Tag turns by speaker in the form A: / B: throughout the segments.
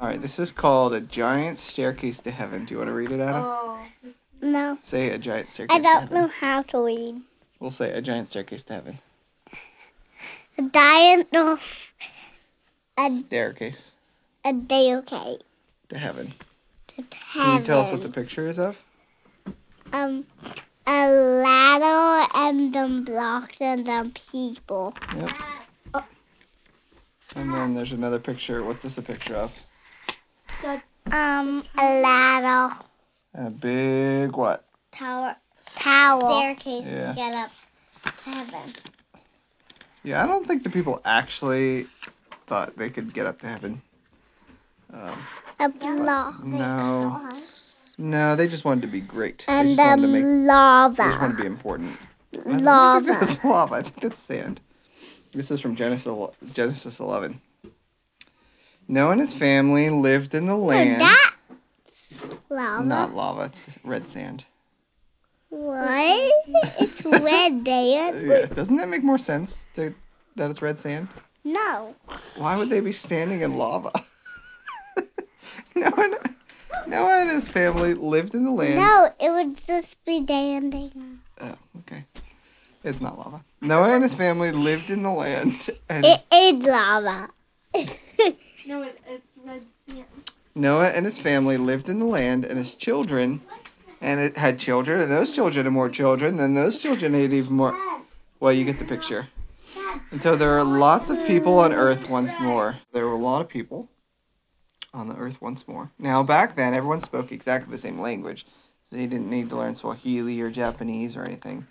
A: All right, this is called A Giant Staircase to Heaven. Do you want to read it, Adam?
B: Oh.
C: No,
A: Say A Giant Staircase
C: I
A: to
C: don't
A: Heaven.
C: know how to read.
A: We'll say A Giant Staircase to Heaven.
C: A giant of a
A: Staircase
C: a day okay
A: to Heaven.
C: to heaven.
A: Can you tell us what the picture is of?
C: um a ladder and then blocks and then people.
A: Yep. And then there's another picture. What's this a picture of?
C: Um, a ladder,
A: A big what?
B: Tower.
C: tower.
B: Staircase
A: Yeah.
B: to get up to heaven.
A: Yeah, I don't think the people actually thought they could get up to heaven. Um,
C: A block.
A: No. No, they just wanted to be great. they
C: And
A: just wanted to
C: the
A: make they just
C: lava.
A: wanted to be important. I don't think
C: Lava.
A: that's lava. I think that's sand. This is from Genesis Genesis 11. Noah and his family lived in the land.
C: That lava.
A: Not lava, it's red sand.
C: What? it's red there.
A: Yeah, Doesn't that make more sense to, that it's red sand?
C: No.
A: Why would they be standing in lava? Noah, and- Noah and his family lived in the land.
C: No, it would just be dancing.
A: Oh, okay. It's not lava. Noah and his family lived in the land, and
C: It is lava.
B: No, it, it's red sand.
A: Noah and his family lived in the land, and his children, and it had children, and those children and more children, and those children had even more. Well, you get the picture. And so there are lots of people on Earth once more. There were a lot of people on the Earth once more. Now, back then, everyone spoke exactly the same language, so you didn't need to learn Swahili or Japanese or anything,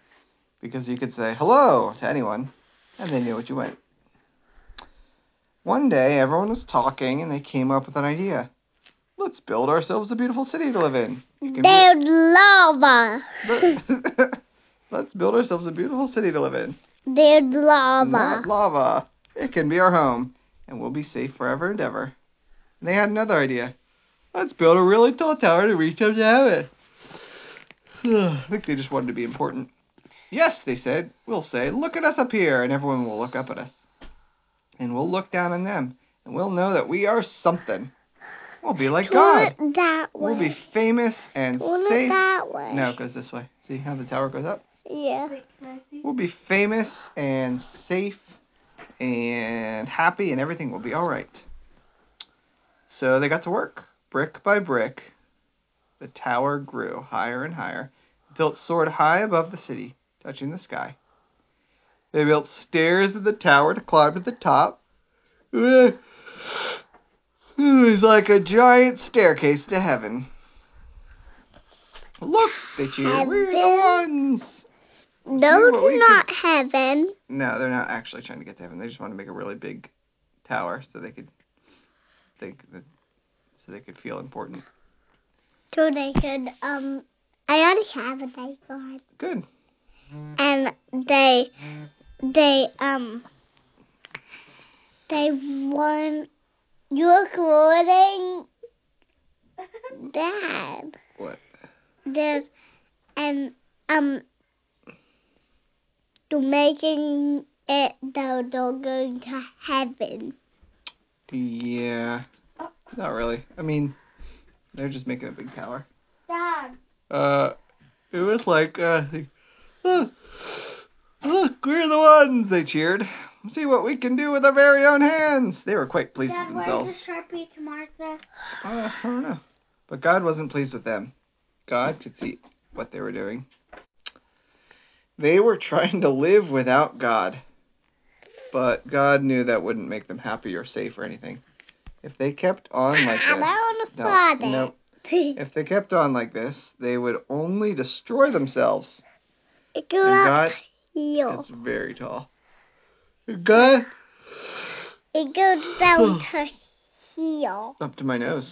A: because you could say hello to anyone, and they knew what you meant. One day, everyone was talking, and they came up with an idea. Let's build ourselves a beautiful city to live in. It can be-
C: There's lava.
A: Let- Let's build ourselves a beautiful city to live in.
C: There's lava.
A: Not lava. It can be our home, and we'll be safe forever and ever. And they had another idea. Let's build a really tall tower to reach up to heaven. I think they just wanted to be important. Yes, they said. We'll say, look at us up here, and everyone will look up at us. And we'll look down on them, and we'll know that we are something. We'll be like God.
C: Look that way.
A: We'll be famous and
C: Well, look
A: safe.
C: that way.
A: No, it goes this way. See how the tower goes up?
C: Yeah.
B: Wait, can I see?
A: We'll be famous and safe and happy, and everything will be all right. So they got to work. Brick by brick, the tower grew higher and higher until it soared high above the city, touching the sky. They built stairs in the tower to climb to the top. It was like a giant staircase to heaven. Look, they cheered. We're the ones.
C: No,
A: what we
C: it's not heaven.
A: No, they're not actually trying to get to heaven. They just want to make a really big tower so they could think that so they could feel important.
C: So they could, um, I already have a day card.
A: Good.
C: And they, they, um, they won. You're calling Dad.
A: What?
C: There's, and, um, to making it though they're going to heaven.
A: Yeah. Not really. I mean, they're just making a big tower.
B: Dad.
A: Uh, it was like, uh, look, look, we're the ones, they cheered. See what we can do with our very own hands. They were quite pleased
B: Dad,
A: with
B: where's the
A: themselves.
B: sharpie to mark this?
A: Uh, I don't know. But God wasn't pleased with them. God could see what they were doing. They were trying to live without God. But God knew that wouldn't make them happy or safe or anything. If they kept on like
C: I
A: this,
C: want to
A: no,
C: father.
A: no. If they kept on like this, they would only destroy themselves.
C: It
A: And
C: got
A: God,
C: heel.
A: it's very tall. God,
C: It goes down to heel.
A: up to my nose.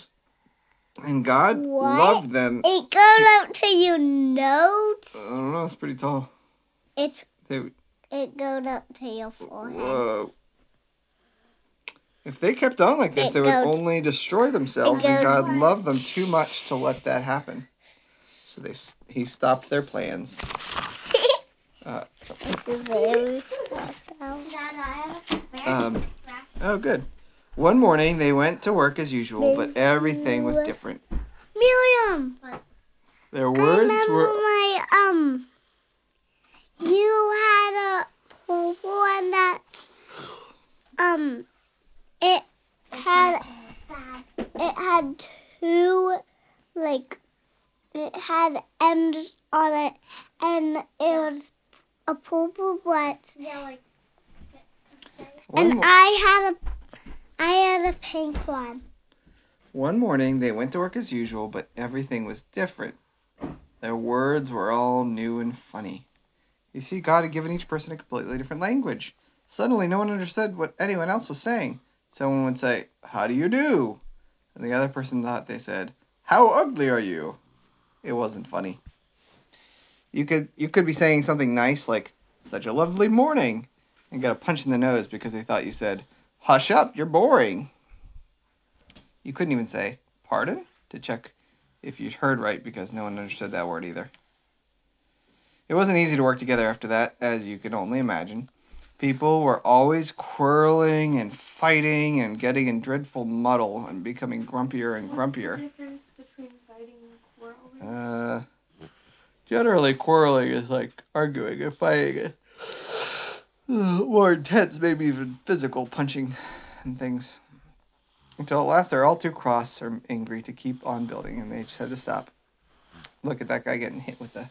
A: And God
C: What?
A: loved them. I
C: It goes up to your nose.
A: don't know, it's pretty tall.
C: It's
A: They,
C: it goes up to your forehead.
A: Whoa. If they kept on like this,
C: It
A: they would
C: goes-
A: only destroy themselves,
C: it
A: and
C: goes-
A: God loved them too much to let that happen. So they s- he stopped their plans. Uh,
C: It's very far down.
B: Dad, I have a very
A: Um, oh, good. One morning they went to work as usual, but everything was different.
C: Miriam,
A: Their
C: I
A: words
C: remember
A: were
C: my um. You had a pool and that um, it had it had two like it had ends on it, and it was a purple but
B: Yeah, like
A: one,
C: and
A: mo-
C: I had a I had a pink one.
A: one morning they went to work as usual, but everything was different. Their words were all new and funny. You see, God had given each person a completely different language. Suddenly, no one understood what anyone else was saying. Someone would say, "How do you do?" and the other person thought they said, "How ugly are you?" It wasn't funny. You could you could be saying something nice like "Such a lovely morning," and get a punch in the nose because they thought you said, "Hush up, you're boring." You couldn't even say "Pardon" to check if you'd heard right because no one understood that word either. It wasn't easy to work together after that, as you can only imagine. People were always quarreling and fighting and getting in dreadful muddle and becoming grumpier and grumpier.
B: difference between fighting and quarreling.
A: Uh, generally, quarreling is like arguing and fighting, and more intense, maybe even physical punching and things. Until at last, they're all too cross or angry to keep on building, and they just had to stop. Look at that guy getting hit with a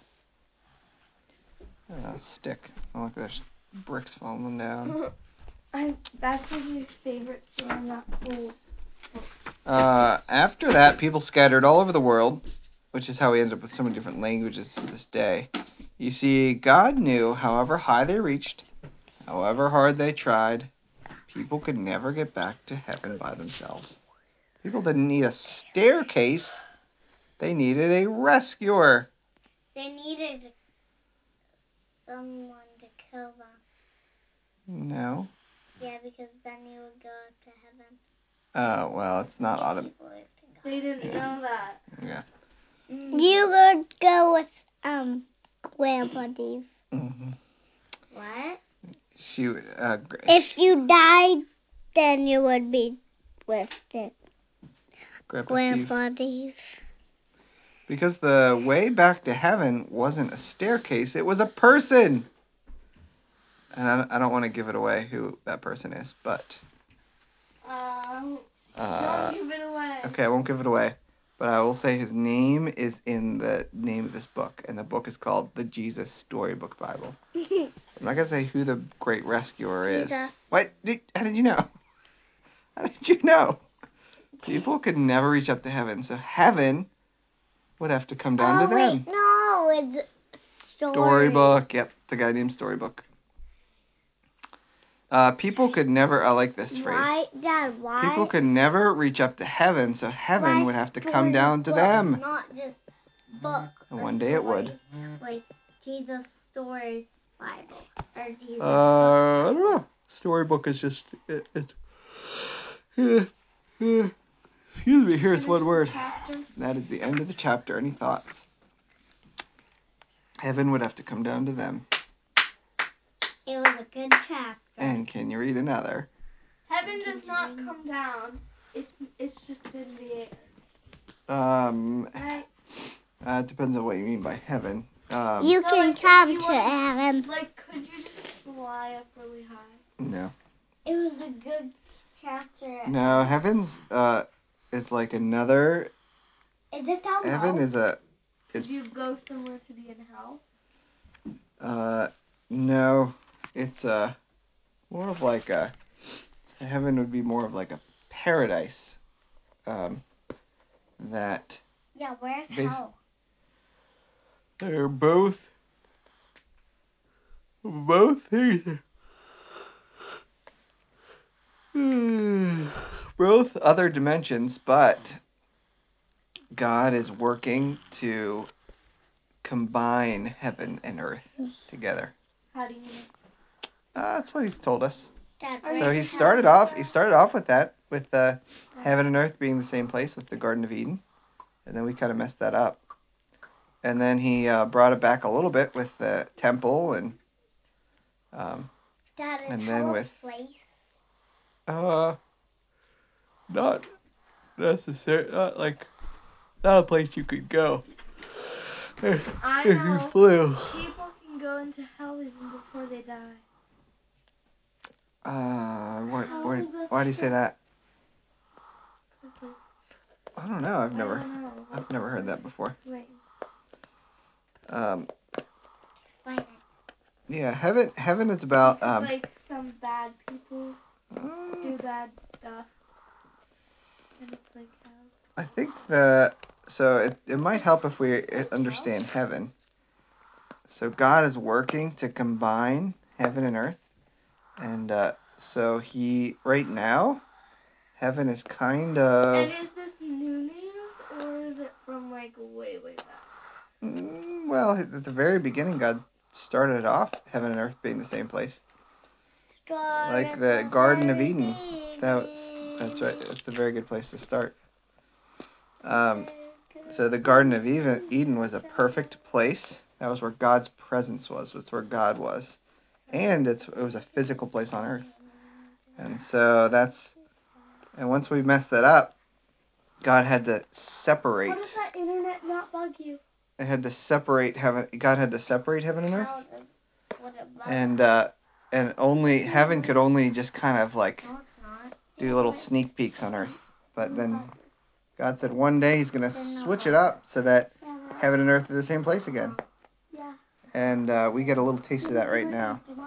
A: uh, stick. Oh, look, there's bricks falling down.
B: I, that's like my favorite thing in that pool.
A: Uh, after that, people scattered all over the world, which is how we end up with so many different languages to this day. You see, God knew however high they reached, however hard they tried, people could never get back to heaven by themselves. People didn't need a staircase, they needed a rescuer.
B: They needed someone to kill them.
A: No.
B: Yeah, because then you would go up to heaven.
A: Uh, well, it's not autumn.
B: They didn't know that. Mm.
A: Yeah.
C: You would go with um Grandpa Dave.
A: Mhm.
B: What?
A: She, uh, Gra-
C: If you died, then you would be with the
A: Grandpa Steve.
C: Grandpa Dave.
A: Because the way back to heaven wasn't a staircase, it was a person. And I, I don't want to give it away who that person is, but.
B: Um,
A: Uh,
B: don't give it away.
A: okay, I won't give it away. But I will say his name is in the name of this book, and the book is called The Jesus Storybook Bible. I'm not going to say who the great rescuer is.
C: Jesus.
A: What? Did, how did you know? How did you know? People could never reach up to heaven, so heaven would have to come down
C: oh,
A: to them.
C: Wait, no, it's story.
A: Storybook. Yep, it's a guy named Storybook. Uh, people could never. I like this phrase.
C: Why, Dad? Why?
A: People could never reach up to heaven, so heaven
C: why
A: would have to come down to
C: storybook,
A: them.
C: Not just book.
A: And
C: a
A: one day it would.
C: story, Like Jesus' story Bible or Jesus.
A: Uh, I don't know. Storybook is just it, it's. Eh, eh. Excuse me. Here's one word.
B: Chapter.
A: That is the end of the chapter. Any thoughts? Heaven would have to come down to them.
C: it was a good chapter.
A: And can you read another?
B: Heaven does not come down. It's it's just in the air.
A: Um,
B: Right?
A: uh, it depends on what you mean by heaven. Um,
C: you
B: So,
C: can
B: like, if
C: come
B: you
C: to
B: wanna-
C: heaven.
B: Like, could you just fly up really high?
A: no.
B: It was a good chapter.
A: No, heaven's uh is like another
C: Is it down
A: heaven is a
B: Could
A: It's-
B: you go somewhere to be in hell?
A: uh no, it's uh more of like a heaven would be more of like a paradise. Um that
C: Yeah, where's
A: Bas-
C: hell?
A: they're both both things both other dimensions but god is working to combine heaven and earth together
B: How do you know?
A: uh, that's what he's told us
C: Dad,
B: So
A: so
C: where's
A: he
C: hell?
A: started off he started off with that with uh, heaven and earth being the same place with the garden of eden and then we kind of messed that up and then he uh, brought it back a little bit with the temple and um,
C: Dad, is
A: and
C: hell
A: then
C: a
A: with-
C: place.
A: uh, not necessary, not like not a place you could go if,
B: I
A: if you
B: know.
A: flew.
B: People can go into hell even before they die.
A: Uh, what, what, why do you say that? I don't know. I've
B: I
A: never,
B: don't know.
A: I've never heard that before.
B: Wait.
A: Um,
C: Like,
A: yeah, heaven, heaven is about
B: It's
A: um.
B: like some bad people
A: uh,
B: do bad stuff. And it's like uh, hell.
A: I think the so it, it might help if we uh, understand heaven. So God is working to combine heaven and earth, and uh, so He right now, heaven is kind of
B: And is this new news or is it from like way, way back?
A: mm, well at the very beginning God started off heaven and earth being the same place. Like the Garden of Eden. That- That's right. It's a very good place to start. Um, so the Garden of Eden, Eden was a perfect place. That was where God's presence was. That's where God was, and it's it was a physical place on earth. And so that's, and once we messed that up, God had to
B: How
A: separate.
B: does that internet not bug you?
A: It had to separate heaven. God had to separate heaven and earth, and uh, and only heaven could only just kind of like
B: No, it's not.
A: do little sneak peeks on earth. But then God said one day He's going to switch it up so that heaven and earth are the same place again.
B: Yeah.
A: And uh, we get a little taste of that right now.
B: It's